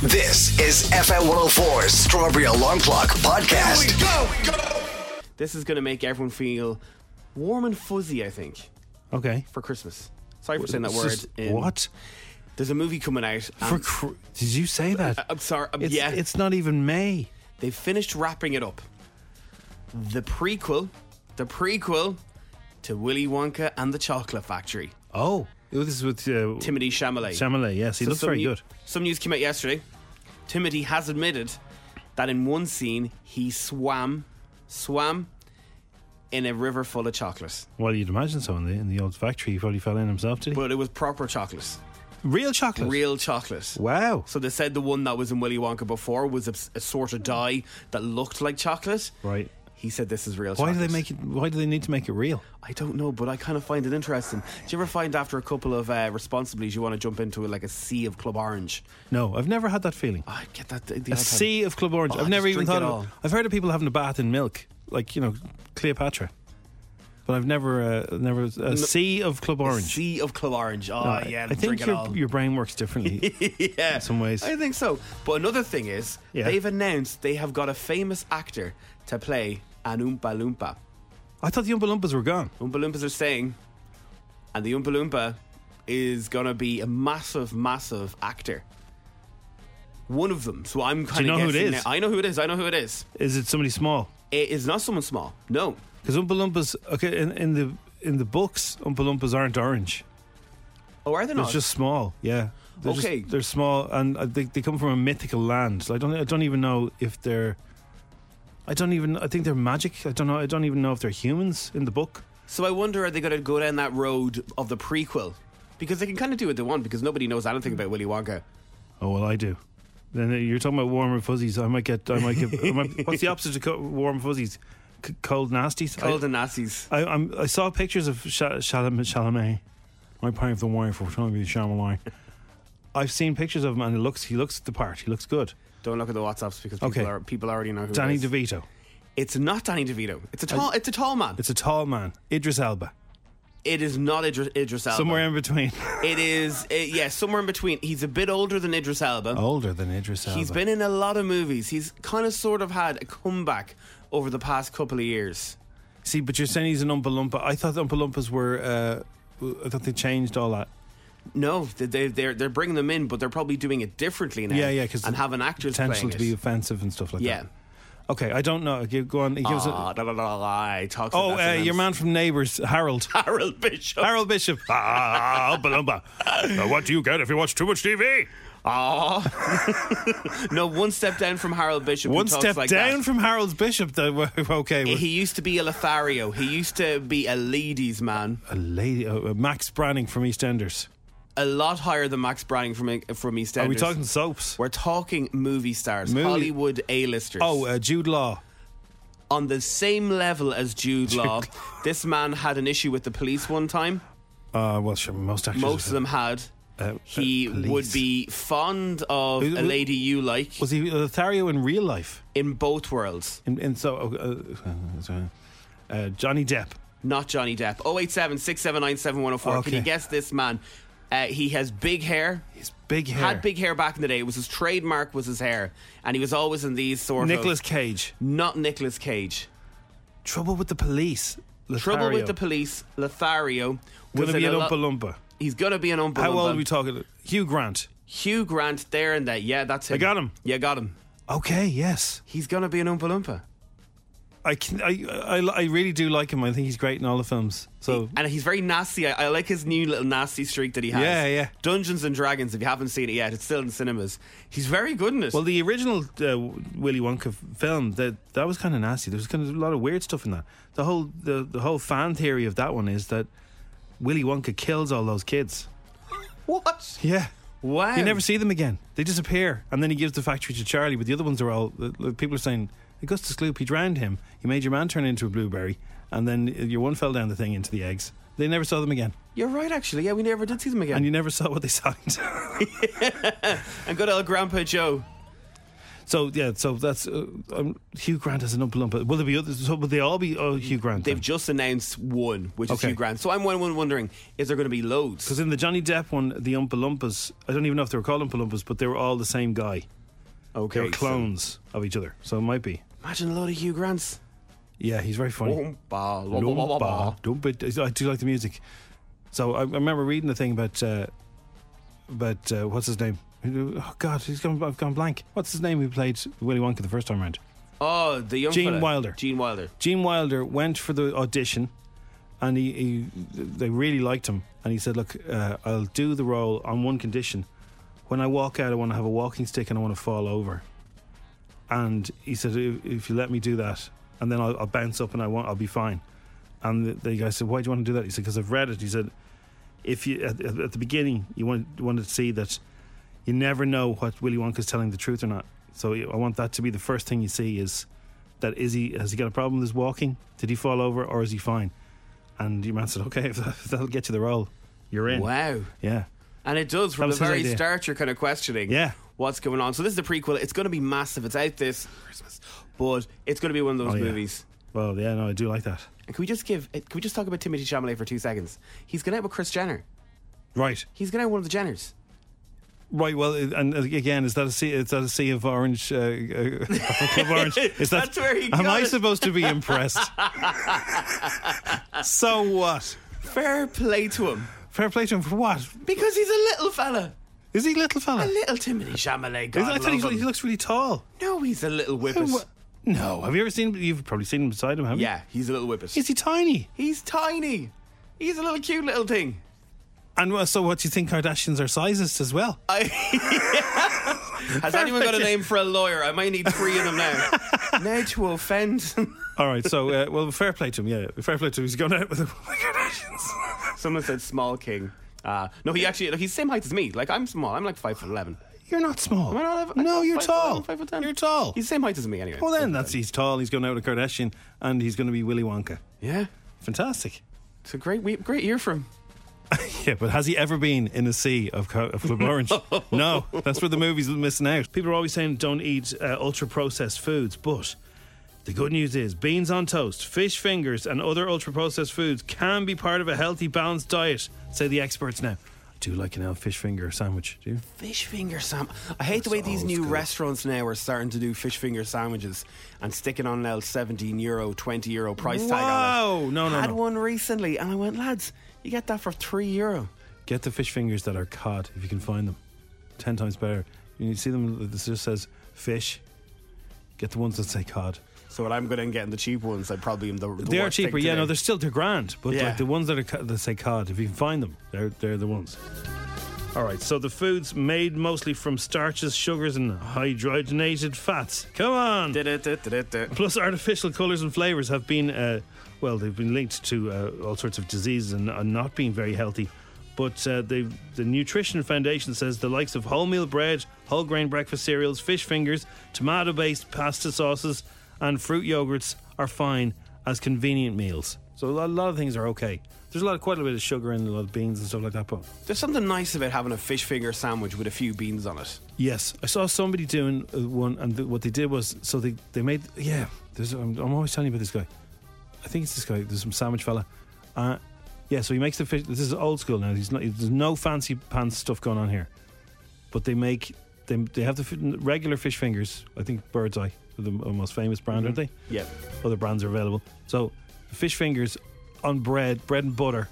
This is FM 104's Strawberry Alarm Clock Podcast. This is going to make everyone feel warm and fuzzy, I think, Okay. for Christmas. Sorry for saying that It's word. just- in- What? There's a movie coming out. For and- cr- did you say that? I'm sorry. um, It's, yeah. it's not even May. They've finished wrapping it up. The prequel, the prequel to Willy Wonka and the Chocolate Factory. Oh, Oh, this is with uh, Timothy Chalamet. Chalamet. Yes, he So looks some very new- good. Some news came out yesterday. Timothy has admitted that in one scene he swam, swam in a river full of chocolates, Well, you'd imagine so in the, in the old factory. He probably fell in himself, did he? but it was proper chocolates, real chocolate. real chocolates. Wow. So they said the one that was in Willy Wonka before was a, a sort of dye that looked like chocolate. Right. He said this is real. Why do they chocolate. make it? Why do they need to make it real? I don't know, but I kind of find it interesting. Do you ever find after a couple of uh, responsibilities you want to jump into like a sea of Club Orange? No, I've never had that feeling. I get that. The odd a time. sea of club orange. Oh, I've never just even drink thought it of. all. It. I've heard of people having a bath in milk, like you know Cleopatra, but I've never, uh, never a sea of club A orange. sea of Club Orange. Oh No, yeah, I think drink it your, all. your brain works differently. yeah, in some ways. I think so. But another thing is, Yeah. they've announced they have got a famous actor to play an Oompa Loompa. I thought the Oompa Loompas were gone. Oompa Loompas are saying, and the Oompa Loompa is gonna be a massive, massive actor. One of them. So I'm kind you of know who it guessing is? now. I know who it is. I know who it is. Is it somebody small? It is not someone small. No, Because Oompa Loompas, okay, in, in the in the books, Oompa Loompas aren't orange. Oh, are they They're not? just small. Yeah. They're just- Okay. they're small, and uh, they, they come from a mythical land. So I don't. I don't even know if they're. I don't even. I think they're magic. I don't know. I don't even know if they're humans in the book. so I wonder are they going to go down that road of the prequel because they can kind of do what they want because nobody knows anything about Willy Wonka. Oh well, I do. Then uh, you're talking about warm and fuzzies. I might get. I might get. I might, what's the opposite of co- warm fuzzies? C- cold nasties. Cold I, and Nazis. I, I'm, I saw pictures of Sha- Chalamet. Chalamet. My paved the way for Tommy Chalamet. I've seen pictures of him, and it looks. He looks the part. He looks good. Don't look at the WhatsApps because people Okay. are people already know who. Danny it is. DeVito. It's not Danny DeVito. It's a tall. it's a tall man. It's a tall man. Idris Elba. It is not Idris, Idris Elba. Somewhere in between. It is. It, yeah, somewhere in between. He's a bit older than Idris Elba. Older than Idris Elba. He's been in a lot of movies. He's kind of sort of had a comeback over the past couple of years. See, but you're saying he's an Oompa Loompa. I thought the Oompa Loompas were. Uh, I thought they changed all that. No, they- they, they're they're bringing them in, but they're probably doing it differently now. Yeah, yeah, because and having actors potential playing to it. be offensive and stuff like Yeah. that. Okay, I don't know. Give- Go on. He gives Ah, it. da, da, da, da, he talks Oh, about uh, that your man sometimes. from Neighbours, Harold. Harold Bishop. Harold Bishop. Ah, Oompa Loompa. Uh, what do you get if you watch too much TV? Aw. no, one step down from Harold Bishop. who One talks step like down that. from Harold Bishop. Though. okay. well, He used to be a Lothario. He used to be a ladies' man, a lady, uh, uh, Max Branning from EastEnders. a lot higher than Max Branning from from EastEnders. Are we talking soaps? We're talking movie stars, Movie- Hollywood A-listers. Oh, uh, Jude Law. on the same level as Jude Law. this man had an issue with the police one time. Uh, well, sure, most actors. Most of them had. Uh, he uh, police. would be fond of Who- a who- lady you like Was he Lothario in real life? in both worlds, In, in so, uh, uh, uh, Johnny Depp. not Johnny Depp. Oh, 087 679 7104. Can you Okay. guess this man? Uh, he has big hair. His big hair. Had big hair back in the day. It was his trademark was his hair, and he was always in these sort Nicholas of Cage. not Nicolas Cage. Trouble with the police. Trouble Lothario. with the police. Lothario was Gonna in be an a lo- Oompa Loompa. He's gonna be an Oompa How old Loompa. are we talking? Hugh Grant. Hugh Grant there and that. Yeah, that's him. I got him. Yeah, got him. Okay, yes. He's gonna be an Oompa Loompa. I can. I, I, I really do like him. I think he's great in all the films. So And he's very nasty. I, I like his new little nasty streak that he has. Yeah, yeah. Dungeons and Dragons, if you haven't seen it yet, it's still in cinemas. He's very good in it. well, the original uh, Willy Wonka film that that was kind of nasty. There was kind of a lot of weird stuff in that. The whole the, the whole fan theory of that one is that Willy Wonka kills all those kids. What? Yeah. Wow. You never see them again. They disappear, and then he gives the factory to Charlie. But the other ones are all the- the people are saying Augustus Gloop. He drowned him. He made your man turn into a blueberry, and then your one fell down the thing into the eggs. They never saw them again, You're right, actually. Yeah, we never did see them again. and And, you never saw what they signed. good old Grandpa Joe. so yeah, so that's uh, um, Hugh Grant has an Oompa Loompa. Will there be others? So will they all be oh, Hugh Grant? They've just announced one, which is Okay. Hugh Grant. So I'm one, one wondering, is there going to be loads? because in the Johnny Depp one, the Oompa Loompas, I don't even know if they were called Oompa Loompas, but they were all the same guy. Okay, They were so clones of each other, so it might be. imagine a load of Hugh Grants. Yeah, he's very funny. Oompa, la, ba, ba, ba, ba. Lumpa. Dumpa. I do like the music. So I, I remember reading the thing about uh, about uh, what's his name? Oh God, he's gone. I've gone blank. What's his name? Who played Willy Wonka the first time round? Oh, the young Gene fella. Wilder. Gene Wilder. Gene Wilder went for the audition, and he, he they really liked him, and he said, "Look, uh, I'll do the role on one condition: when I walk out, I want to have a walking stick and I want to fall over." And he said, "If, if you let me do that, and then I'll, I'll bounce up and I won't, I'll be fine." And the, the guy said, "Why do you want to do that?" He said, "Because I've read it." He said, "If you at, at at the beginning, you want wanted to see that." you never know what Willy Wonka's telling the truth or not. So I want that to be the first thing you see is that is he has he got a problem with his walking? Did he fall over or is he fine? And your man said, okay, if, that, if that'll get you the role, you're in. Wow. Yeah. And it does from the was his very idea. start. You're kind of questioning, Yeah. what's going on. So this is the prequel. It's going to be massive. It's out this Christmas, but it's going to be one of those Oh, yeah. movies. Well, yeah, no, I do like that. And can we just give? eh, Can we just talk about Timothy Chalamet for two seconds? He's going out with Chris Jenner. Right, He's going out with one of the Jenners. right. Well, and uh, again, is that a sea? Is that a sea of orange? Uh, uh, of orange? Is that, That's where he Am got I it. supposed to be impressed? so what? Fair play to him Fair play to him for what? because he's a little fella, Is he a little fella? a little Timothy Chalamet. God I thought love he, him. he looks really tall. no, he's a little whippet. Wha- No, have you ever seen? You've probably seen him beside him, haven't Yeah, he's a little whippet. you? Is he tiny? he's tiny. He's a little cute little thing. And well, so, what do you think? Kardashians are sizes as well. Has anyone got a name for a lawyer? I might need three of them now. now to offend. All right, so uh, well, fair play to him. Yeah, fair play to him. He's going out with the Kardashians. Someone said small king. Uh, no, he actually look, he's same height as me. Like I'm small. I'm like five foot eleven. You're not small. Am I not eleven? no, Like, you're five foot tall. 11, five foot ten. You're tall. He's the same height as me anyway. well, Five then foot that's he's tall. He's going out with a Kardashian, and he's going to be Willy Wonka. eleven. yeah. Fantastic. It's a great we- great year for him. Yeah, but has he ever been in a sea of, co- of Club Orange? no, that's where the movie's missing out. People are always saying don't eat uh, ultra processed foods, but the good news is beans on toast, fish fingers, and other ultra processed foods can be part of a healthy, balanced diet, say the experts now. I do like an old fish finger sandwich, do you? Fish finger sam. I hate the way these new restaurants now are starting to do fish finger sandwiches and sticking on an old seventeen euro, twenty euro price tag on it. Wow. No, no, Had no. one recently, and I went, lads, you get that for three euro. Get the fish fingers that are cod if you can find them. Ten times better. You see them, this just says fish. Get the ones that say cod. So what I'm going to get in the cheap ones, I probably am the, the they are worst thing cheaper. to Yeah, do. no, they're still they're grand. But Yeah. like the ones that are ca- that say cod, if you can find them, they're they're the ones. All right, so the foods made mostly from starches, sugars, and hydrogenated fats. Come on. Du-du-du-du-du-du. Plus, artificial colours and flavours have been, uh, well, they've been linked to uh, all sorts of diseases and, and not being very healthy. But uh, the the Nutrition Foundation says the likes of wholemeal bread, whole grain breakfast cereals, fish fingers, tomato based pasta sauces, and fruit yogurts are fine as convenient meals. So a lot, a lot of things are okay. There's a lot, of, quite a bit of sugar in a lot of beans and stuff like that. But There's something nice about having a fish finger sandwich with a few beans on it. Yes, I saw somebody doing uh, one, and th- what they did was so they they made yeah. There's I'm, I'm always telling you about this guy. I think it's this guy. There's some sandwich fella. Uh, yeah, so he makes the fish. This is old school now. He's not. There's no fancy pants stuff going on here, but they make they they have the f- regular fish fingers. I think Bird's Eye are the m- most famous brand, aren't they? Yeah. Other brands are available. So fish fingers on bread, bread and butter,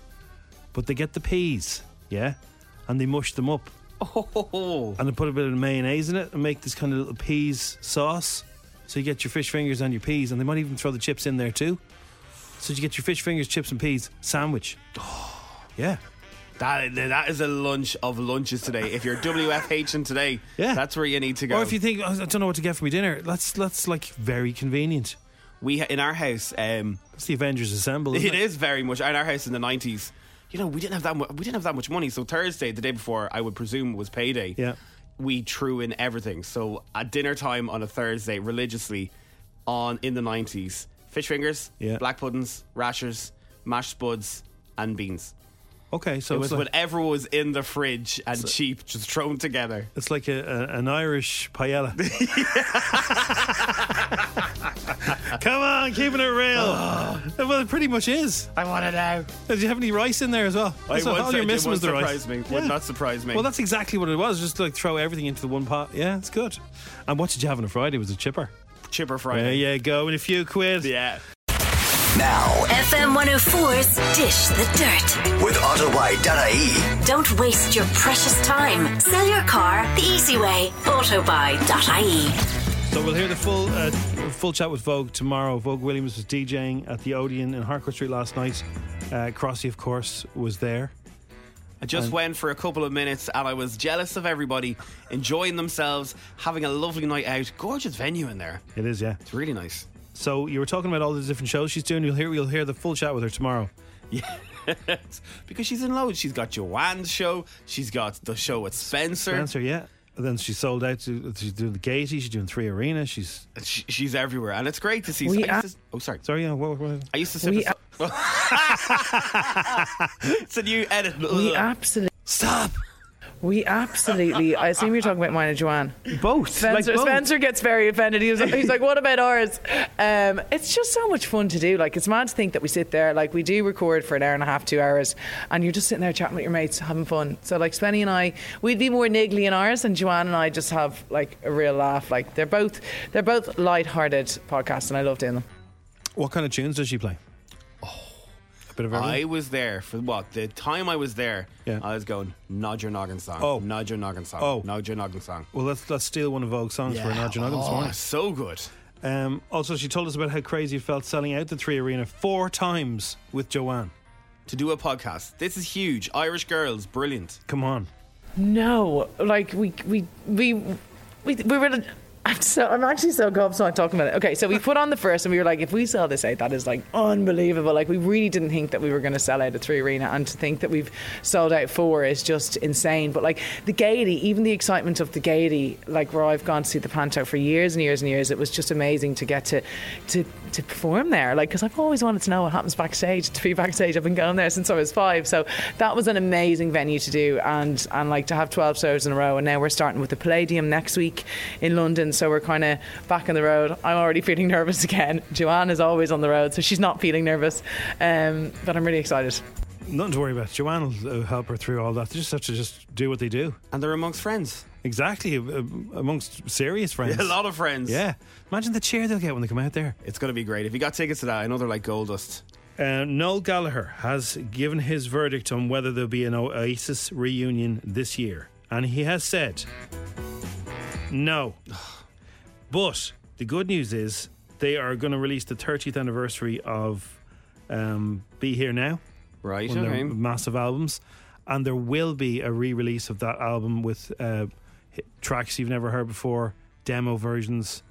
but they get the peas, yeah, and they mush them up Oh, and then put a bit of mayonnaise in it and make this kind of little peas sauce. So you get your fish fingers and your peas, and they might even throw the chips in there too. So you get your fish fingers, chips, and peas sandwich. yeah, that, that is a lunch of lunches today. If you're WFH and today, Yeah. that's where you need to go. or if you think "Oh, I don't know what to get for my dinner, that's that's like very convenient. we ha- in our house, um, It's the Avengers Assemble. it Isn't it, is very much in our house in the 90s. you know, we didn't have that mu- we didn't have that much money. So Thursday, the day before, I would presume was payday. Yeah. we threw in everything. So at dinner time on a Thursday, religiously, on in the nineties, fish fingers, Yeah. black puddings, rashers, mashed spuds, and beans. Okay, so It it's was like, whatever was in the fridge and cheap, just thrown together. it's like a, a, an Irish paella. Come on, keeping it real. well, it pretty much is. Oh. I want to know. Did you have any rice in there as well? That's what- all you're missing was the rice. surprise me. Yeah. Would not surprise me. Well, that's exactly what it was. Just like throw everything into the one pot. Yeah, it's good. And what did you have on a Friday? Was it chipper? chipper There Friday. you go, and a few quid. yeah. Now, FM 104's Dish the Dirt. with Autobuy.ie. Don't waste your precious time. Sell your car the easy way. Autobuy.ie. So we'll hear the full uh, full chat with Vogue tomorrow. Vogue Williams was DJing at the Odeon in Harcourt Street last night. Uh, Crossy, of course, was there. I just Uh, went for a couple of minutes and I was jealous of everybody enjoying themselves, having a lovely night out. Gorgeous venue in there. It is, yeah. It's really nice. So you were talking about all the different shows she's doing. You'll hear you'll hear the full chat with her tomorrow. because she's in loads. She's got Joanne's show, she's got the show at Spencer. Answer, yeah. And then she's sold out. To, she's doing the Gaiety. She's doing three arenas. She's She, she's everywhere. And it's great to see. We I used to- oh, sorry. sorry, yeah. What, what, I used to sip We a- It's a new edit. We absolutely. stop. We absolutely. I assume you're talking about mine and Joanne. Both. Spencer, like both. Spencer gets very offended. He was, he's like, "What about ours?" Um, it's just so much fun to do. Like, it's mad to think that we sit there, like we do record for an hour and a half, two hours, and you're just sitting there chatting with your mates, having fun. So, like, Spenny and I, we'd be more niggly in ours, and Joanne and I just have like a real laugh. Like, they're both they're both light-hearted podcasts, and I love doing them. What kind of tunes does she play? Oh, a bit of everything. I was there for what the time I was there. Yeah. I was going nod your noggin song. Oh. nod your noggin song. Oh. nod your noggin song. well, let's let's steal one of Vogue's songs for an Arjun this Oh, morning. so good. Um, also, she told us about how crazy it felt selling out the Three Arena four times with Joanne. To do a podcast. This is huge. Irish girls, brilliant. Come on. No, like we we we we we were. I'm so I'm actually so gobsmacked talking about it. Okay, so we put on the first, and we were like, if we sell this out, that is like unbelievable. Like we really didn't think that we were going to sell out a three arena, and to think that we've sold out four is just insane. But like the gaiety, even the excitement of the gaiety, like where I've gone to see the Panto for years and years and years, it was just amazing to get to to to perform there. Like because I've always wanted to know what happens backstage, to be backstage. I've been going there since I was five, so that was an amazing venue to do, and and like to have twelve shows in a row. And now we're starting with the Palladium next week in London, so we're kind of back on the road. I'm already feeling nervous again. Joanne is always on the road, so she's not feeling nervous, um, but I'm really excited. Nothing to worry about. Joanne will uh, help her through all that. They just have to just do what they do. And they're amongst friends. Exactly. uh, Amongst serious friends. A lot of friends. Yeah. Imagine the cheer they'll get when they come out there. It's going to be great. If you got tickets to that, I know they're like gold dust. Uh, Noel Gallagher has given his verdict on whether there'll be an Oasis reunion this year. And he has said no. But the good news is they are going to release the 30th anniversary of um, Be Here Now, Right. one of okay. their massive albums. And there will be a re release of that album with uh, hi- tracks you've never heard before, demo versions.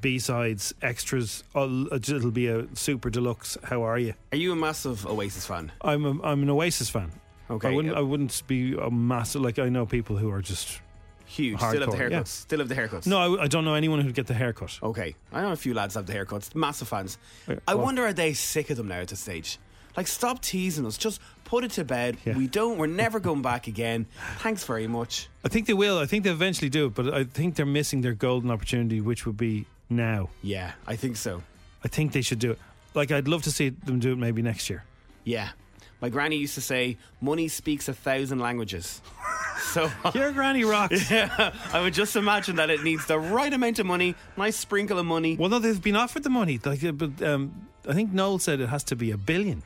B sides, extras. Oh, all- It'll be a super deluxe. How are you? Are you a massive Oasis fan? I'm a, I'm an Oasis fan. Okay, I wouldn't yeah. I wouldn't be a massive like I know people who are just Huge. Still have the Hardcore, haircuts. yeah. Still have the haircuts. no. I, I don't know anyone who'd get the haircut. Okay. I know a few lads have the haircuts. Massive fans. Yeah, I well- wonder are they sick of them now at this stage? Like, stop teasing us. Just put it to bed. Yeah. We don't. We're never going back again. Thanks very much. I think they will. I think they eventually do it, but I think they're missing their golden opportunity, which would be now. Yeah, I think so. I think they should do it. Like I'd love to see them do it maybe next year. Yeah. My granny used to say, money speaks a thousand languages. So uh, Your granny rocks. I would just imagine that it needs the right amount of money, nice sprinkle of money. Well, no, they've been offered the money. Like, uh, but um, I think Noel said it has to be a billion.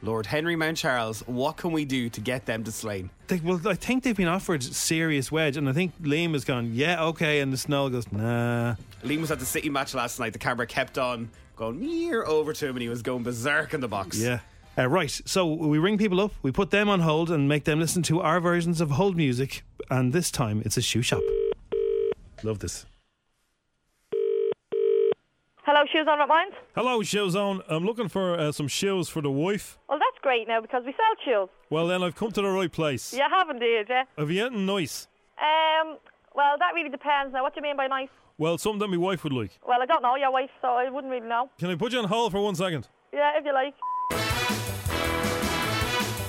Lord Henry Mount Charles, what can we do to get them to Slane? They, well, I think they've been offered serious wedge, and I think Liam has gone, yeah, okay, and the Noel goes, nah. Liam was at the City match last night. The camera kept on going near over to him and he was going berserk in the box. Yeah. Uh, right, so we ring people up, we put them on hold, and make them listen to our versions of hold music. And this time, it's a shoe shop. Love this. Hello, shoes on at mines. Hello, shows on. I'm looking for uh, some shoes for the wife. Well, that's great now because we sell shoes. Well, then I've come to the right place. You haven't, did you? Have you anything nice? Um, well, that really depends now. What do you mean by nice? Well, something that my wife would like. Well, I don't know your wife, so I wouldn't really know. Can I put you on hold for one second? Yeah, if you like.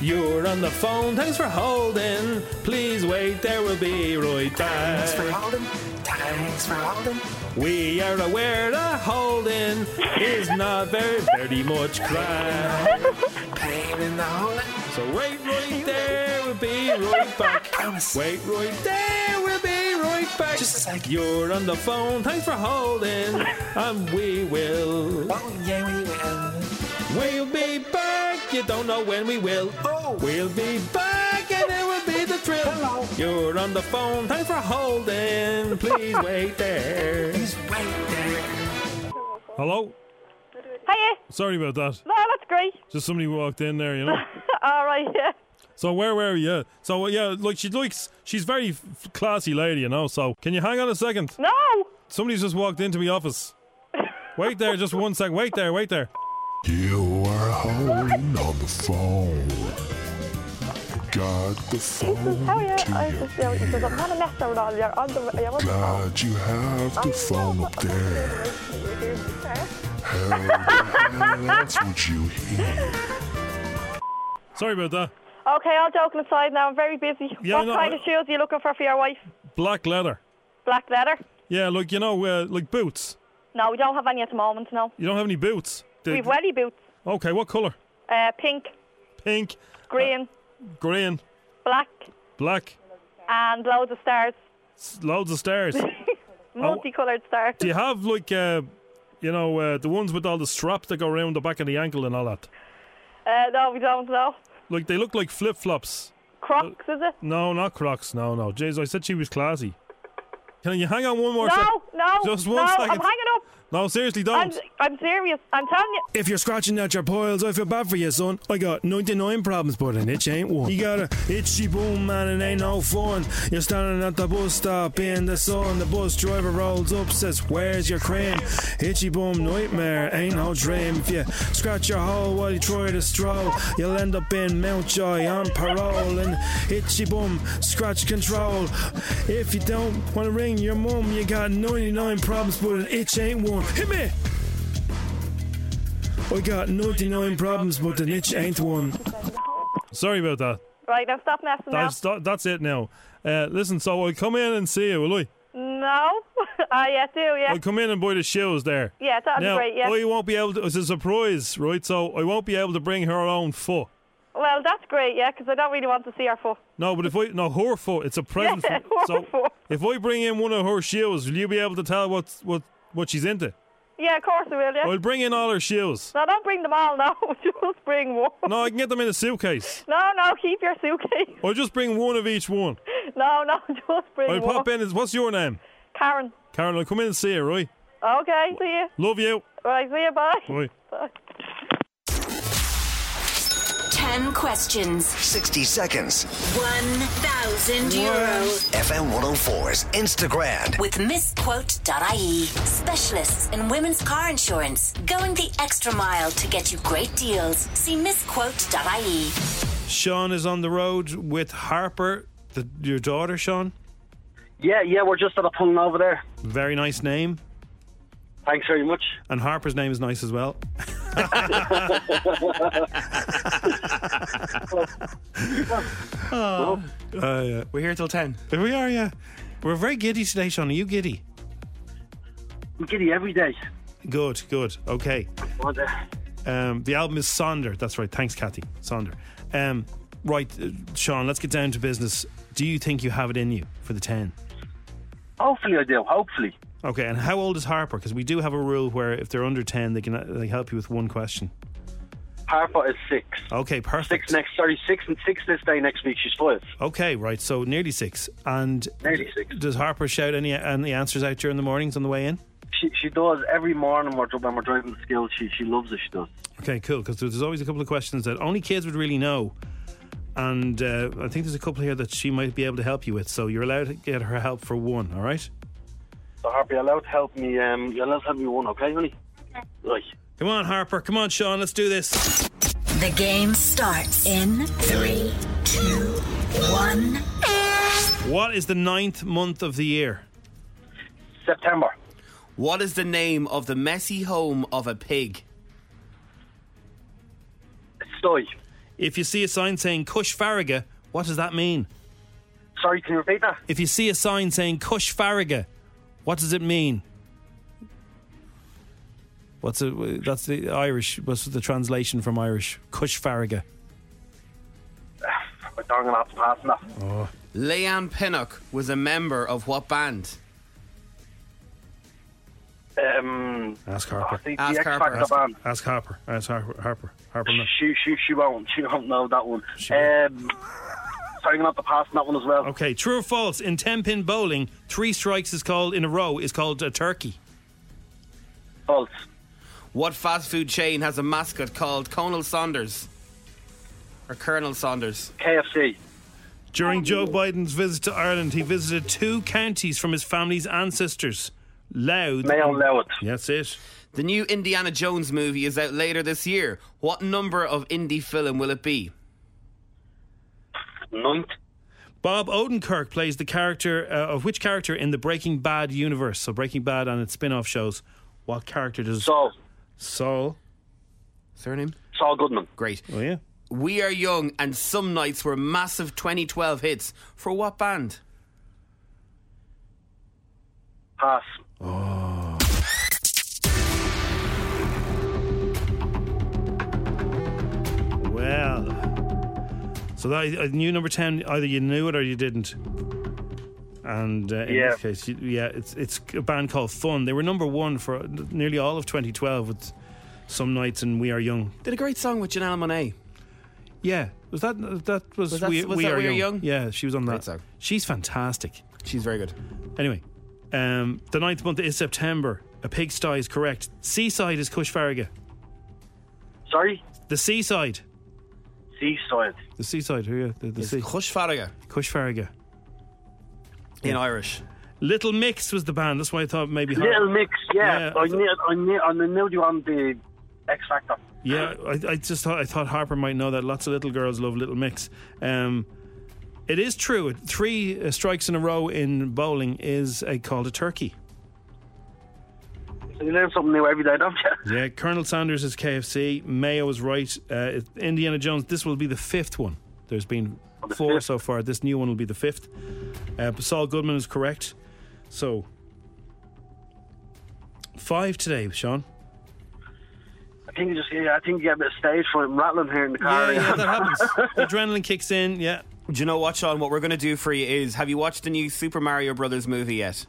You're on the phone. Thanks for holding. Please wait. There will be right Thanks for holding. Thanks for holding. We are aware that holding is not very, very much crime. Pain in the holding. So wait right there, we'll be right back. Promise. Wait right there, we'll be right back. Just a sec. You're on the phone, thanks for holding, and we will. Oh, yeah, we will. We'll be back, you don't know when we will. Oh. We'll be back, and it will be the thrill. Hello. You're on the phone, thanks for holding, please wait there. He's right there. Hello? Hiya. Sorry about that. No, that's great. Just somebody walked in there, you know? All right, yeah. So where were we? Yeah. So uh, yeah, like she likes. She's very f- classy lady, you know. So can you hang on a second? No. Somebody's just walked into my office. Wait there, just one sec. Wait there, wait there. You are holding on the phone. Got the phone How are you? I to just feel your because I'm ear. kind of messed around. all You're on the. You're on the Glad you have the phone up there. Held your hand, that's what you hear. Sorry about that. Okay, all joking aside now, I'm very busy. Yeah, what no, kind I- of shoes are you looking for for your wife? Black leather. Black leather? Yeah, like you know, uh, like boots. No, we don't have any at the moment, no. You don't have any boots. The- We've welly boots, okay, what color? uh, pink, Pink, Uh, green, green, black, black. and loads of stars. S- Loads of stars. Do Multicoloured stars. you have like, uh, you know, uh, the ones with all the straps that go around the back of the ankle and all that? Uh, no, we don't, no. Like they look like flip flops. Crocs, is it? No, not Crocs. No, no. Jeez, I said she was classy. Can you hang on one more? sec? No, no. Just no, one second. I'm hanging up. No, seriously, I'm, don't. I'm serious. I'm telling you. If you're scratching at your piles, I feel bad for you, son. I got 99 problems, but an itch ain't one. You got a itchy boom, man, it ain't no fun. You're standing at the bus stop in the sun. The bus driver rolls up, says, Where's your cream? Itchy boom nightmare, ain't no dream. If you scratch your hole while you try to stroll, you'll end up in Mountjoy on parole. And itchy boom, scratch control. If you don't want to ring your mum, you got 99 problems, but an itch ain't one. Hit me! I got 99 problems, but the niche ain't one. Sorry about that. Right, now stop messing That's that, that's it now. Uh, listen, so I'll come in and see you, will I? now. No? Ah, yeah, do, yeah. I'll come in and buy the shoes there. Yeah, that'd be now, great, yeah. I won't be able to, it's a surprise, right? So I won't be able to bring her own foot. Well, that's great, yeah, because I don't really want to see her foot. No, but if I, no, her foot, it's a present. Yeah, for- her so foot. if I bring in one of her shoes, will you be able to tell what, what, what she's into? Yeah, of course I will, yeah. I'll bring in all her shoes. No, don't bring them all now. Just bring one. No, I can get them in a suitcase. No, no, keep your suitcase. I'll just bring one of each one. No, no, just bring I'll one. pop in. and- What's your name? Karen. Karen, I'll come in and see you, right? Okay, see you. Love you. Right, see you, bye. Bye. Bye. 10 questions, 60 seconds. 1,000 euro. FM 104's Instagram. With misquote.ie. Specialists in women's car insurance. Going the extra mile to get you great deals. See misquote.ie. Sean is on the road with Harper, the, your daughter, Sean. Yeah, yeah, we're just at a pun over there. Very nice name. Thanks very much. And Harper's name is nice as well. We're here till 10. Here Uh, we are, yeah. We're very giddy today, Sean. Are you giddy? I'm giddy every day. Good, good. Okay. What the- Um, the album is Sonder. That's right. Thanks, Kathy. Sonder. Um, right, uh, Sean, let's get down to business. Do you think you have it in you for the 10? Hopefully, I do. Hopefully. Okay, and how old is Harper? Because we do have a rule where if they're under 10, they can uh, they help you with one question. Harper is six. Okay, perfect. Six next, sorry, six and six this day. Next week, she's five. Okay, right. So nearly six. And Nearly six. does Harper shout any any answers out during the mornings on the way in? She, she does every morning we're, dri- when we're driving to school. She, she loves it. She does. Okay, cool. Because there's always a couple of questions that only kids would really know, and uh, I think there's a couple here that she might be able to help you with. So you're allowed to get her help for one. All right. So, Harper, you're allowed to help me. Um, you're allowed to help me one, okay, honey? Come on, Harper. Come on, Sean. Let's do this. The game starts in three, two, one. What is the ninth month of the year? September. What is the name of the messy home of a pig? Soy. If you see a sign saying Cush Farraga, what does that mean? Sorry, can you repeat that? If you see a sign saying Cush Farraga, what does it mean? What's it? That's the Irish. What's the translation from Irish? Cush Farraga. I'm going to have to pass enough. Oh. Leanne Pinnock was a member of what band? Um, Ask Harper. the- the Ask X Harper. Factor band. Ask Harper. Ask Harper. Harper. Harper. no. she, she, she won't. She won't know that one. Um, sorry, I'm going to have to pass on that one as well. Okay, true or false? In ten pin bowling, three strikes is called in a row is called a turkey. False. What fast food chain has a mascot called Colonel Saunders? Or Colonel Saunders? KFC. Oh. During Joe Biden's visit to Ireland, he visited two counties from his family's ancestors. Loud. Mayo Loud. That's it. The new Indiana Jones movie is out later this year. What number of indie film will it be? Ninth. Bob Odenkirk plays the character uh, of which character in the Breaking Bad universe? So Breaking Bad and its spin-off shows. What character does Saul? Saul. Surname? Saul Goodman. Great. Oh yeah. We Are Young and Some Nights were massive 2012 hits. For what band? Pass. Well, so that I knew number ten. Either you knew it or you didn't. And uh, in Yeah. this case, you, yeah, it's it's a band called Fun. They were number one for nearly all of 2012 with some nights and We Are Young. Did a great song with Janelle Monet. Yeah, was that that was, Was that- we, was we that are We Are young. Young? Yeah, she was on that. song. She's fantastic. She's very good. Anyway, um, the ninth month is September. A pigsty is correct. Seaside is Cushfarraga. Sorry? The seaside. Seaside. The seaside. Yeah, the, the sea. Hushfarraga Cushfarraga. in Irish. Little Mix was the band. That's why I thought maybe. Little Mix, yeah. Yeah, I, I thought- knew, I, knew, I knew you on the X Factor. Yeah, I, I just thought I thought Harper might know that. Lots of little girls love Little Mix. Um, it is true. Three uh, strikes in a row in bowling is uh, called a turkey. You learn something new every day, don't you? Yeah, Colonel Sanders is KFC. Mayo is right. Uh, Indiana Jones. This will be the fifth one. There's been four so far. This new one will be the fifth. Uh, but Saul Goodman is correct. So five today, Sean. I think you just, yeah, I think you get a bit of stage for rattling here in the car. happens. Adrenaline kicks in. Yeah. Do you know what, Sean? What we're going to do for you is have you watched the new Super Mario Brothers movie yet?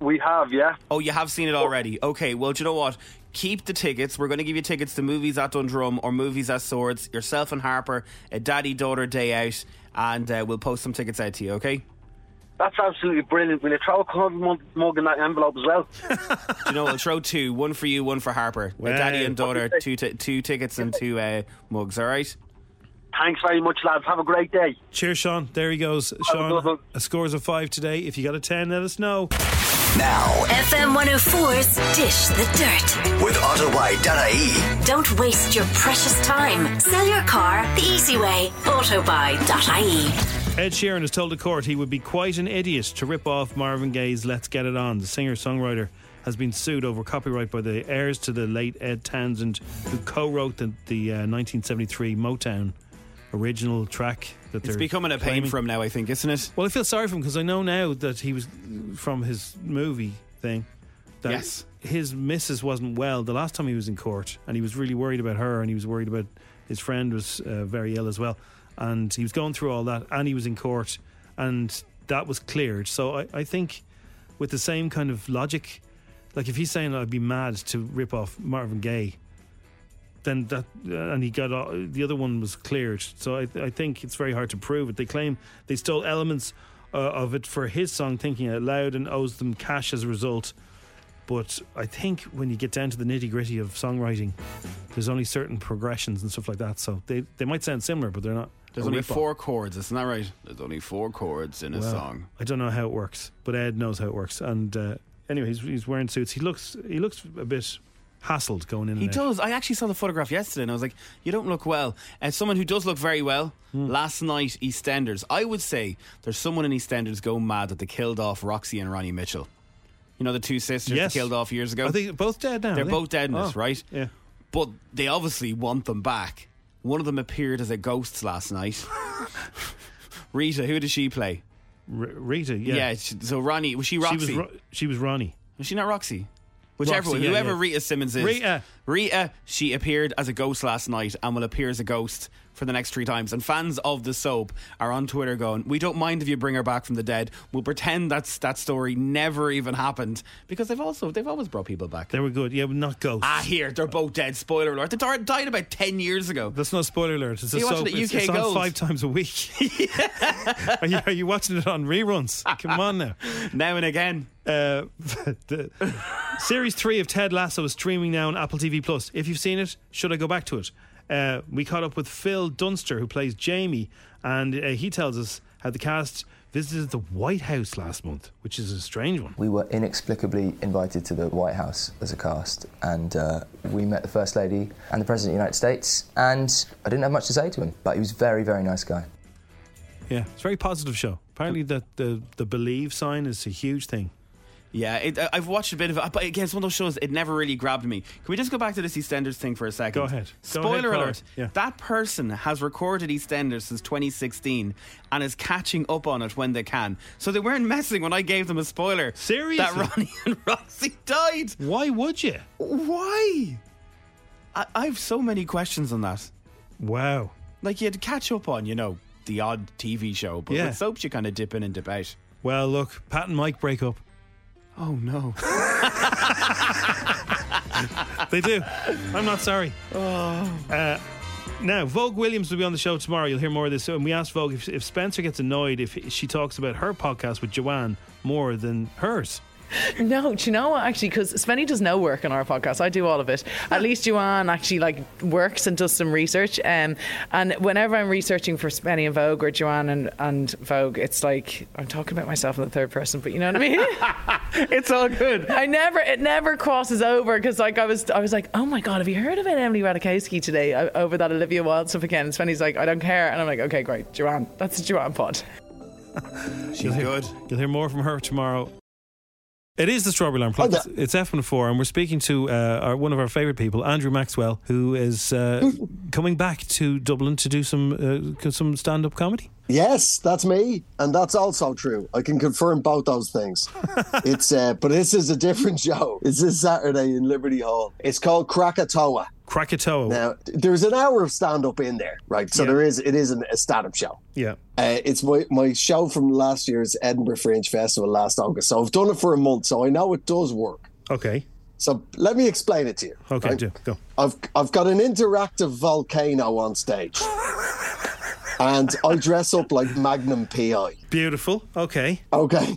we have, yeah. Oh, you have seen it already. Okay, well, do you know what? Keep the tickets. We're going to give you tickets to Movies at Dundrum or Movies at Swords, yourself and Harper, a daddy daughter day out, and uh, we'll post some tickets out to you, okay? That's absolutely brilliant. Will you throw a coffee mug mug in that envelope as well? Do you know, we'll throw two one for you, one for Harper. A daddy and daughter, two, ti two tickets and two uh, mugs, all right? Thanks very much, lads. Have a great day. Cheers, Sean. There he goes. good Sean, one. a scores of five today. If you got a ten, let us know. Now, FM 104's Dish the Dirt. with Autobuy.ie, Don't waste your precious time. Sell your car the easy way. Autobuy.ie. Ed Sheeran has told the court he would be quite an idiot to rip off Marvin Gaye's Let's Get It On. The singer songwriter has been sued over copyright by the heirs to the late Ed Townsend, who co wrote the, the uh, 1973 Motown original track that It's they're becoming a pain claiming. for him now, I think, isn't it? Well, I feel sorry for him because I know now that he was from his movie thing. That Yes. His missus wasn't well the last time he was in court, and he was really worried about her, and he was worried about his friend was uh, very ill as well, and he was going through all that, and he was in court, and that was cleared. So I, I think with the same kind of logic, like if he's saying I'd be mad to rip off Marvin Gaye, then that uh, and he got all, the other one was cleared. So I, I think it's very hard to prove it. They claim they stole elements uh, of it for his song "Thinking Out Loud" and owes them cash as a result. But I think when you get down to the nitty gritty of songwriting, there's only certain progressions and stuff like that. So they they might sound similar, but they're not. There's a only rip-off. four chords, isn't that right? There's only four chords in a Well, song. I don't know how it works, but Ed knows how it works. And uh, anyway, he's, he's wearing suits. He looks he looks a bit hassled going in. He and out. does. I actually saw the photograph yesterday and I was like, you don't look well. As someone who does look very well, Hmm. last night, EastEnders, I would say there's someone in EastEnders go mad that they killed off Roxy and Ronnie Mitchell. You know, the two sisters Yes. they killed off years ago? Are they both dead now? They're Are they? both dead in this, Oh, right? Yeah. But they obviously want them back. One of them appeared as a ghost last night. Rita, who did she play? Rita, yeah. she- so Ronnie, was she She Roxy? was, Ro- she was Ronnie. Was she not Roxy? Whichever, Roxy, one, yeah, whoever yeah. Rita Simmons is. Rita. Rita, she appeared as a ghost last night and will appear as a ghost for the next three times. And fans of the soap are on Twitter going, We don't mind if you bring her back from the dead. We'll pretend that's that story never even happened. Because they've also they've always brought people back. They were good. Yeah, but not ghosts. Ah, here, they're both dead. Spoiler alert. They di- died about 10 years ago. That's not spoiler alert. It's Are a you watching soap. it It's- UK it's on Gold? five times a week. are, you, are you watching it on reruns? Come on now. Now and again. Uh, the, series three of Ted Lasso is streaming now on Apple TV Plus. If you've seen it, should I go back to it? Uh, we caught up with Phil Dunster, who plays Jamie, and uh, he tells us how the cast visited the White House last month, which is a strange one. We were inexplicably invited to the White House as a cast, and uh, we met the First Lady and the President of the United States. And I didn't have much to say to him, but he was a very, very nice guy. Yeah, it's a very positive show. Apparently, that the the believe sign is a huge thing. Yeah, it, I- I've watched a bit of it, but again, it's one of those shows. It never really grabbed me. Can we just go back to this EastEnders thing for a second? Go ahead. Go ahead, Spoiler Colin. alert: Yeah. that person has recorded EastEnders since 2016 and is catching up on it when they can. So they weren't messing when I gave them a spoiler. Seriously, that Ronnie and Roxy died. Why would you? Why? I, I have so many questions on that. Wow. Like you had to catch up on, you know, the odd TV show, but Yeah. with soaps you kind of dip in and dip out. Well, look, Pat and Mike break up. Oh no. they do. I'm not sorry. Uh, now, Vogue Williams will be on the show tomorrow. You'll hear more of this. And we asked Vogue if, if Spencer gets annoyed if she talks about her podcast with Joanne more than hers. No, do you know what? Actually, because Spenny does no work on our podcast. I do all of it. At least Joanne actually like works and does some research. Um, and whenever I'm researching for Spenny and Vogue or Joanne and, and Vogue, it's like I'm talking about myself in the third person. But you know what I mean? it's all good. I never it never crosses over because like I was I was like, oh my god, have you heard about Emily Ratajkowski today uh, over that Olivia Wilde stuff again? And Spenny's like, I don't care, and I'm like, okay, great, Joanne, that's a Joanne pod. She's good. You'll hear more from her tomorrow. It is the Strawberry Alarm Clock. It's, it's F104, and we're speaking to uh, our, one of our favourite people, Andrew Maxwell, who is uh, coming back to Dublin to do some uh, some stand up comedy. Yes, that's me, and that's also true. I can confirm both those things. it's uh, but this is a different show. It's this Saturday in Liberty Hall. It's called Krakatoa. Krakatoa. Now there's an hour of stand up in there, right? So Yeah. there is it is an, a stand up show. Yeah. Uh, it's my, my show from last year's Edinburgh Fringe Festival last August. So I've done it for a month, so I know it does work. Okay. So let me explain it to you. Okay, right? do- go. I've I've got an interactive volcano on stage, and I dress up like Magnum PI. Beautiful. Okay. Okay.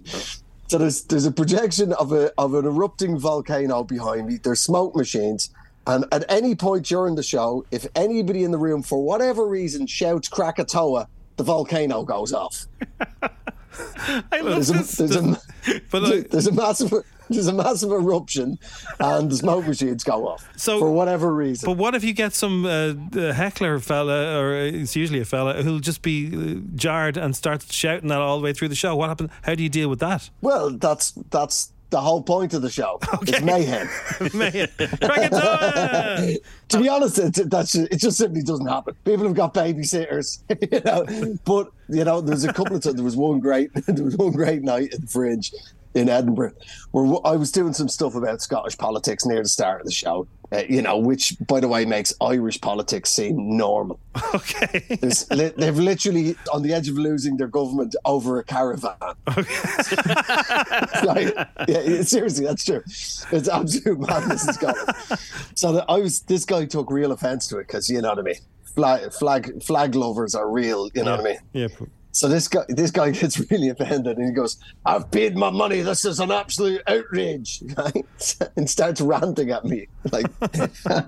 So there's there's a projection of a of an erupting volcano behind me. There's smoke machines, and at any point during the show, if anybody in the room for whatever reason shouts Krakatoa, the volcano goes off. I there's A, there's, a, there's a massive there's a massive eruption, and the smoke machines go off So- for whatever reason. But what if you get some uh, uh, heckler fella, or uh, it's usually a fella, who'll just be uh, jarred and starts shouting that all the way through the show? What happens? How do you deal with that? Well, that's that's the whole point of the show. It's mayhem. mayhem. to be honest, it, that's ju- it just simply doesn't happen. People have got babysitters, you know. But you know, there's a couple of times. There was one great, there was one great night at the Fringe in Edinburgh where wh- I was doing some stuff about Scottish politics near the start of the show. Uh, you know, which by the way makes Irish politics seem normal. Okay, li- they've literally on the edge of losing their government over a caravan. Right. yeah, it- seriously, that's true. It's absolute madness in Scotland. so that I was, this guy took real offence to it because you know what I mean. Flag, flag, flag lovers are real. You know what I mean. Yeah. So this guy, this guy gets really offended, and he goes, "I've paid my money. This is an absolute outrage!" Right? And starts ranting at me. Like,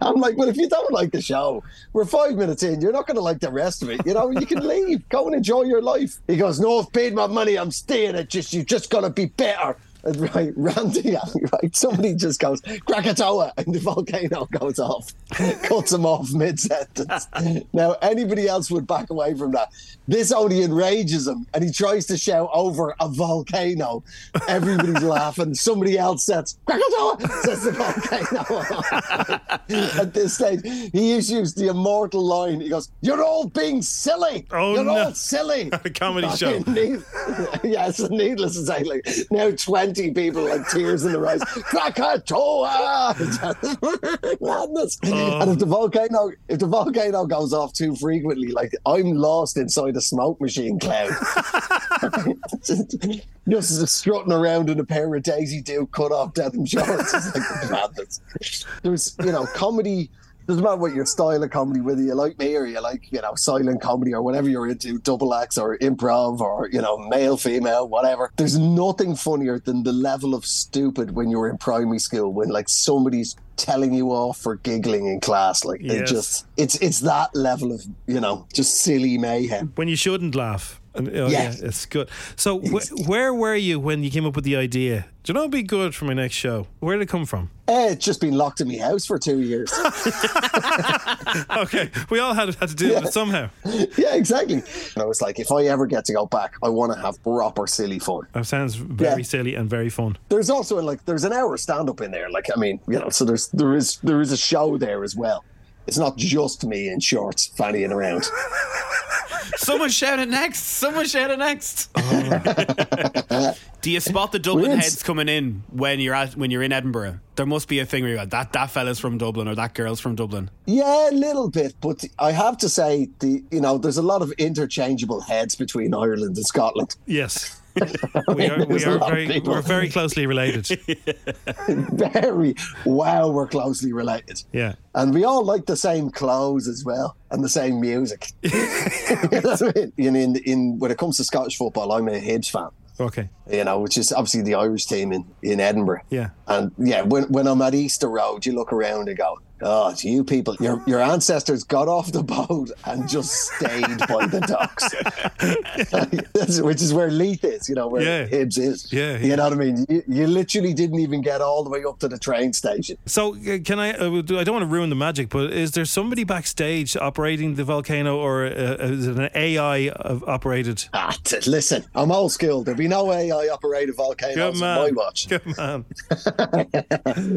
I'm like, "Well, if you don't like the show, we're five minutes in. You're not going to like the rest of it. You know, you can leave. Go and enjoy your life." He goes, "No, I've paid my money. I'm staying. It just you just got to be better." Right, Randy, right. Somebody just goes Krakatoa, and the volcano goes off, cuts him off mid sentence. now, anybody else would back away from that. This only enrages him, and he tries to shout over a volcano. Everybody's laughing. Somebody else says Krakatoa, says the volcano. At this stage, he issues the immortal line. He goes, "You're all being silly. Oh, You're no. all silly." A comedy show. Need- yes, needless to say, like now twenty people like tears in their eyes. Krakatoa! Madness. Oh. and if the volcano if the volcano goes off too frequently, like I'm lost inside a smoke machine cloud. Just strutting around in a pair of Daisy Duke cut off denim shorts. It's like madness. There's you know, comedy doesn't matter what your style of comedy, whether you like me or you like, you know, silent comedy or whatever you're into, double acts or improv or, you know, male, female, whatever. There's nothing funnier than the level of stupid when you're in primary school when like somebody's telling you off for giggling in class. Like they Yes. just it's it's that level of, you know, just silly mayhem. when you shouldn't laugh. And, oh, yeah. Yeah. it's good. So, wh- where were you when you came up with the idea? Do you know it'd be good for my next show? Where did it come from? Eh, it's just been locked in my house for two years. okay, we all had, had to deal with it somehow. yeah, exactly. And I was like, if I ever get to go back, I want to have proper silly fun. That sounds very silly and very fun. There's also like there's an hour stand up in there. Like I mean, you know, so there's there is there is a show there as well. It's not just me in shorts fannying around. Someone shout it next. Someone shout it next. Do you spot the Dublin Weird. heads coming in when you're at when you're in Edinburgh? There must be a thing where you go, that that fella's from Dublin or that girl's from Dublin. Yeah, a little bit, but I have to say the you know there's a lot of interchangeable heads between Ireland and Scotland. Yes. We are, we There's a are lot of very, people. we're very closely related. Very wow, we're closely related. Yeah. And we all like the same clothes as well and the same music. you know what I mean? In, in, in, when it comes to Scottish football, I'm a Hibs fan, Okay. you know, which is obviously the Irish team in, in Edinburgh. Yeah. And yeah, when, when I'm at Easter Road, you look around and go, oh, it's you people, your, your ancestors got off the boat and just stayed by the docks, That's- which is where Leith is, you know, where Yeah. Hibs is. Yeah, yeah. You know what I mean? You, you literally didn't even get all the way up to the train station. So, uh, can I? uh, I don't want to ruin the magic, but is there somebody backstage operating the volcano, or uh, is it an AI of- operated? Ah, t- listen, I'm old school. There'll be no AI operated Good volcanoes man. on my watch. Good man.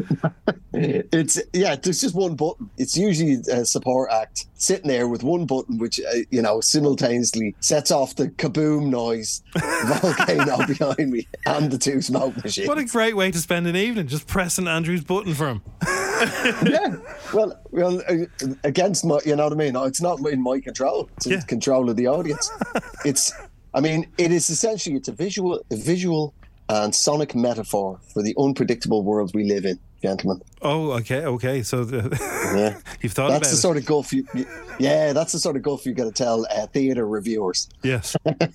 It's yeah, there's just one button. It's usually a support act sitting there with one button, which uh, you know simultaneously sets off the kaboom noise, volcano behind me, and the two smoke machines. What a great way to spend an evening, just pressing Andrew's button for him. yeah. Well, well, uh, against my, you know what I mean. It's not in my control. It's in control of the audience. it's, I mean, it is essentially it's a visual, a visual and sonic metaphor for the unpredictable world we live in, gentlemen. Oh, okay, okay. So the, you've thought that's the about sort of guff you, you- yeah, that's the sort of guff you got to tell uh, theater reviewers. it.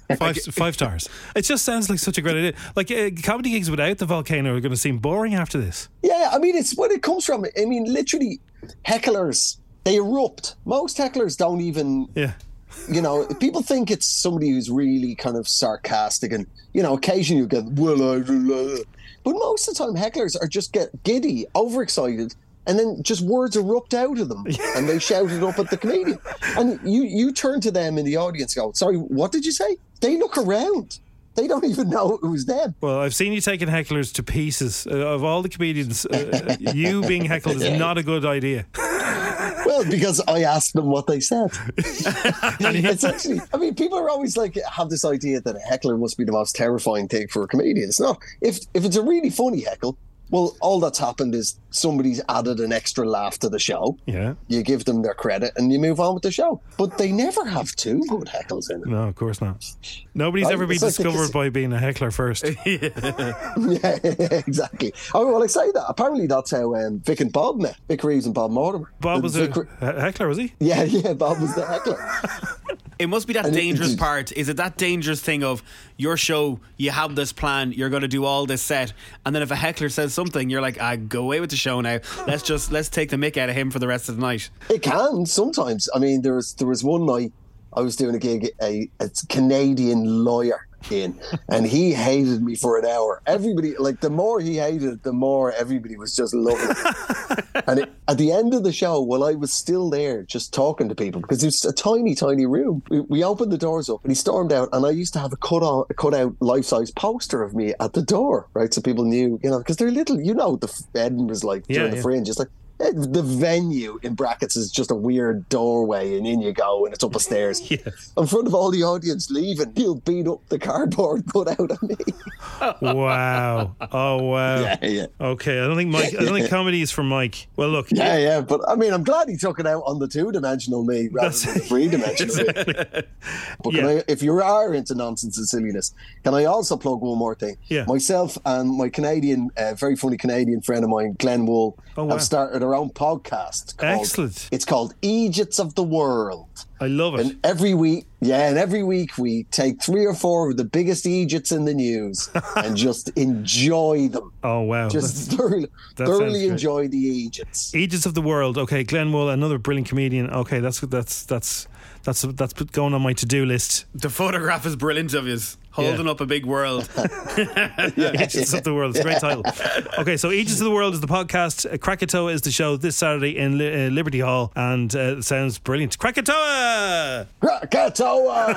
Yes, five five stars. It just sounds like such a great idea. Like uh, comedy gigs without the volcano are going to seem boring after this. Yeah, I mean, it's what it comes from. I mean, literally, hecklers they erupt. Most hecklers don't even. Yeah. You know, people think it's somebody who's really kind of sarcastic, and you know, occasionally you get well, I, uh, uh," but most of the time hecklers are just get giddy, overexcited, and then just words erupt out of them, and they shout it up at the comedian, and you you turn to them in the audience, and go, sorry, what did you say? They look around, they don't even know it was them. Well, I've seen you taking hecklers to pieces. Uh, of all the comedians, uh, you being heckled is not a good idea. Well, because I asked them what they said. it's actually, I mean, people are always like have this idea that a heckler must be the most terrifying thing for a comedian. It's not. If if it's a really funny heckle, well, all that's happened is somebody's added an extra laugh to the show. Yeah. You give them their credit and you move on with the show. But they never have two good heckles in it. No, of course not. Nobody's Right, ever been it's like the discovered cas- by being a heckler first. yeah, exactly. Oh, well, I say that. Apparently, that's how um, Vic and Bob met. Vic Reeves and Bob Mortimer. Bob The was a Vic Re- he- heckler, was he? yeah, yeah. Bob was the heckler. It must be that And it- dangerous part. Is it that dangerous thing of your show? You have this plan. You're going to do all this set, and then if a heckler says something, you're like, "I go away with the show now. Let's just let's take the mick out of him for the rest of the night." It can sometimes. I mean, there was there was one night I was doing a gig. A, a Canadian lawyer in, and he hated me for an hour. Everybody, like the more he hated, it, the more everybody was just loving it. and it, at the end of the show, while I was still there, just talking to people because it was a tiny, tiny room, we, we opened the doors up, and he stormed out. And I used to have a cut on, a cut out life size poster of me at the door, right, so people knew, you know, because they're little, you know, the f- Edinburgh's like during Yeah, the yeah. fringe, it's like. eh, The venue in brackets is just a weird doorway, and in you go, and it's up a stairs in front of all the audience leaving. He'll beat up the cardboard put out of me. wow. Oh wow. Yeah, yeah. Okay, I don't think Mike. I don't think comedy is for Mike. Well, look. Yeah, yeah, but I mean, I'm glad he took it out on the two-dimensional me rather That's- than the three-dimensional me. But can I, if you are into nonsense and silliness, can I also plug one more thing? Yeah. Myself and my Canadian, uh, very funny Canadian friend of mine, Glenn Wool, Oh, wow. have started our own podcast. Called, Excellent. It's called Egypts of the World. I love it. And every week, yeah, and every week we take three or four of the biggest Egypts in the news and just enjoy them. Oh wow. Just That's- thoroughly, that sounds thoroughly great. enjoy the Egypts. Agents of the World. Okay, Glenn Wool, another brilliant comedian. Okay, that's that's that's that's that's put- going on my to do list. The photograph is brilliant of his holding up a big world. Agents of the World. It's a great title. Okay, so Agents of the World is the podcast. Uh, Krakatoa is the show this Saturday in Li- uh, Liberty Hall, and uh, it sounds brilliant. Krakatoa! Krakatoa!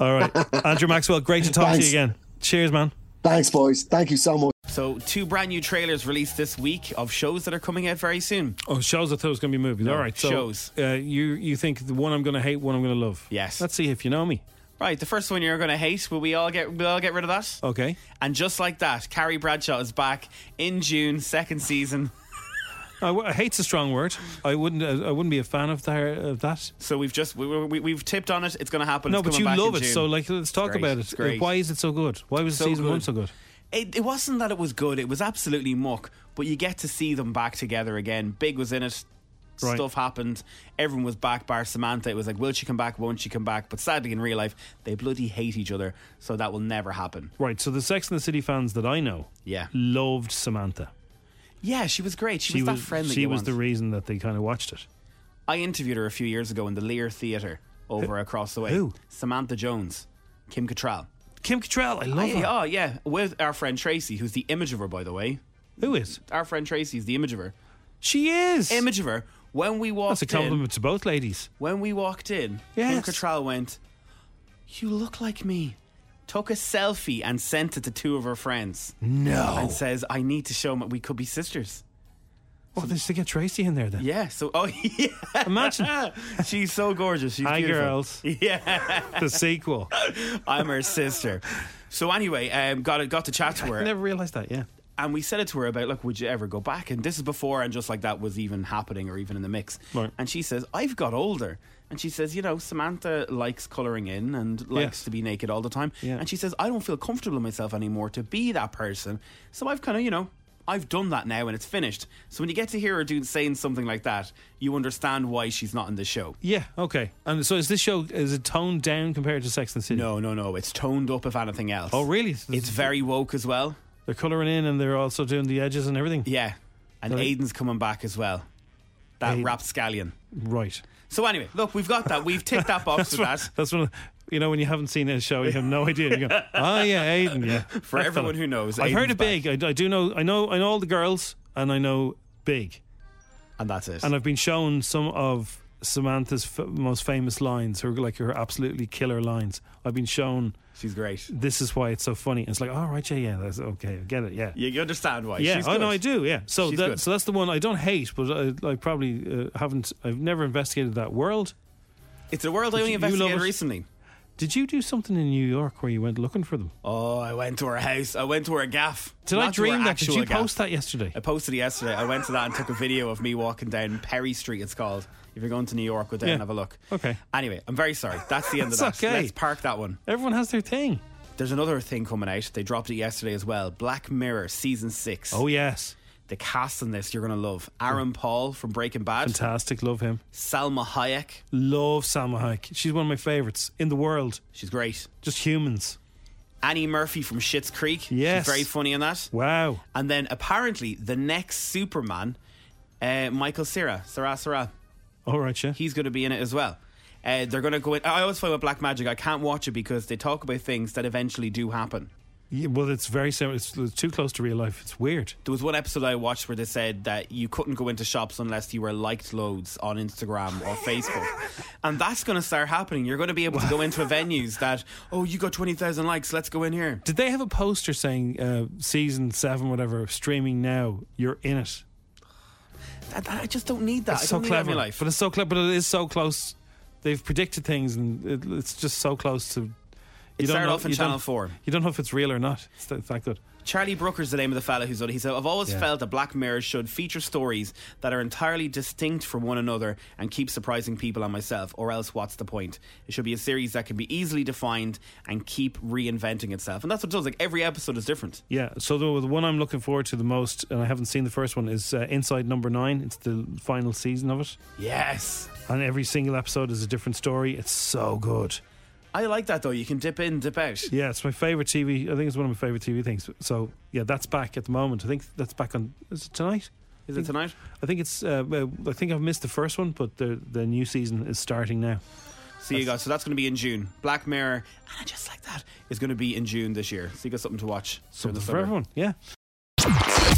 All right, Andrew Maxwell, great to talk Thanks. to you again. Cheers, man. Thanks, boys. Thank you so much. So, two brand new trailers released this week of shows that are coming out very soon. Oh, shows I thought was going to be movies. All right, so shows. Uh, you you think the one I'm going to hate, one I'm going to love? Yes. Let's see if you know me. Right, the first one you're going to hate. Will we all get? We all get rid of that. Okay. And just like that, Carrie Bradshaw is back in June, second season. I, w- I hate's a strong word. I wouldn't. uh, I wouldn't be a fan of, the, of that. So we've just we, we, we've tipped on it. It's going to happen. no, It's but coming you back in love it. June. So like, let's talk Great. about it. Uh, It's great. Why is it so good? Why was So season one good. so good? It, it wasn't that it was good. It was absolutely muck. But you get to see them back together again. Big was in it. Right. Stuff happened. Everyone was back. Bar Samantha. It was like, will she come back? Won't she come back? But sadly, in real life, they bloody hate each other. So that will never happen. Right. So the Sex and the City fans that I know, yeah, loved Samantha. Yeah, she was great. She, was, that friend. That She you was want. the reason that they kind of watched it. I interviewed her a few years ago in the Lear Theatre over across the way. who? Samantha Jones, Kim Cattrall. Kim Cattrall, I love I- her. Oh yeah, with our friend Tracy, who's the image of her, by the way. Who is our friend Tracy? Is the image of her? She is image of her. When we walked That's a compliment to both ladies. in, when we walked in, Kim Yes. Cattrall went, "You look like me." Took a selfie and sent it to two of her friends. No. and says, "I need to show my we could be sisters." Oh, this to get Tracy in there then. Yeah. So, oh yeah. Imagine. She's so gorgeous. She's Hi, beautiful. girls. Yeah. The sequel. I'm her sister. So anyway, um, got got to chat to her. I never realised that. Yeah. And we said it to her about, look, would you ever go back? And this is before and just like that was even happening or even in the mix. Right. And she says, I've got older. And she says, you know, Samantha likes colouring in and likes Yes. to be naked all the time. Yeah. And she says, I don't feel comfortable in myself anymore to be that person. So I've kind of, you know, I've done that now and it's finished. So when you get to hear her dude saying something like that, you understand why she's not in the show. Yeah. Okay. And so is this show is it toned down compared to Sex and the City? No, no, no. It's toned up, if anything else. Oh, really? It's very woke as well. They're colouring in and they're also doing the edges and everything. Yeah. And Right. Aiden's coming back as well. That Aiden. rapscallion. Right. So anyway, look, we've got that. We've ticked that box That's with one, that. that's one. Of, you know, when you haven't seen a show, you have no idea. You go, oh yeah, Aiden. Yeah. For That everyone fella. who knows, I've heard Aiden's of Big. I, I do know. I know. I know all the girls, and I know Big. And that's it. And I've been shown some of Samantha's f- most famous lines, her like her absolutely killer lines. I've been shown. She's great. This is why it's so funny. And it's like, all right, yeah, yeah, that's okay, I get it, yeah. You, you understand why. Yeah, She's I good. know I do. Yeah, so She's that, good. so that's the one I don't hate, but I, I probably uh, haven't. I've never investigated that world. It's a world I But only you- you love investigated it. recently. Did you do something in New York where you went looking for them? Oh, I went to her house. I went to her gaff. Did I Not to her dream that? Did actual you gaff. post that yesterday? I posted it yesterday. I went to that and took a video of me walking down Perry Street, it's called. If you're going to New York, go down Yeah. and have a look. Okay. Anyway, I'm very sorry. That's the end of That's that. okay. Let's park that one. Everyone has their thing. There's another thing coming out. They dropped it yesterday as well. Black Mirror season six. Oh, yes. The cast in this you're going to love. Aaron Paul from Breaking Bad. Fantastic. Love him. Salma Hayek. Love Salma Hayek. She's one of my favorites in the world. She's great. Just humans. Annie Murphy from Schitt's Creek. Yes. She's very funny in that. Wow. And then apparently the next Superman, uh, Michael Cera, Sarah Sarah. All right, yeah. He's going to be in it as well. Uh, they're going to go in. I always find with Black Magic, I can't watch it because they talk about things that eventually do happen. Yeah, well, it's very similar. It's, it's too close to real life. It's weird. There was one episode I watched where they said that you couldn't go into shops unless you were liked loads on Instagram or Facebook. and that's going to start happening. You're going to be able to go into venues that, oh, you got 20,000 likes, let's go in here. Did they have a poster saying uh, season seven, whatever, streaming now? You're in it. That, that- I just don't need that. It's I so don't need that in my clever, life. but it's so clever. But it is so close. They've predicted things, and it, it's just so close to. It started off on you don't- Channel 4. You don't know if it's real or not. It's that, it's that good. Charlie Brooker's the name of the fella who's on. it. He said, "I've always Yeah. felt that Black Mirror should feature stories that are entirely distinct from one another and keep surprising people and myself, or else what's the point? It should be a series that can be easily defined and keep reinventing itself, and that's what it does. Like every episode is different. Yeah. So the, the one I'm looking forward to the most, and I haven't seen the first one, is uh, Inside Number Nine. It's the final season of it, Yes, and every single episode is a different story. It's so good. I like that though. You can dip in, dip out. Yeah, it's my favorite TV. I think it's one of my favorite TV things. So yeah, that's back at the moment. I think that's back on. Is it tonight? Is it tonight? I think it's. Uh, well, I think I've missed the first one, but the the new season is starting now. So you guys, so that's going to be in June. Black Mirror, and I just like that is going to be in June this year. So you got something to watch. Something For everyone, yeah.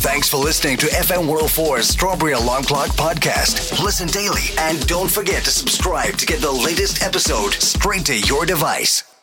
Thanks for listening to FM 104's Strawberry Alarm Clock podcast. Listen daily and don't forget to subscribe to get the latest episode straight to your device.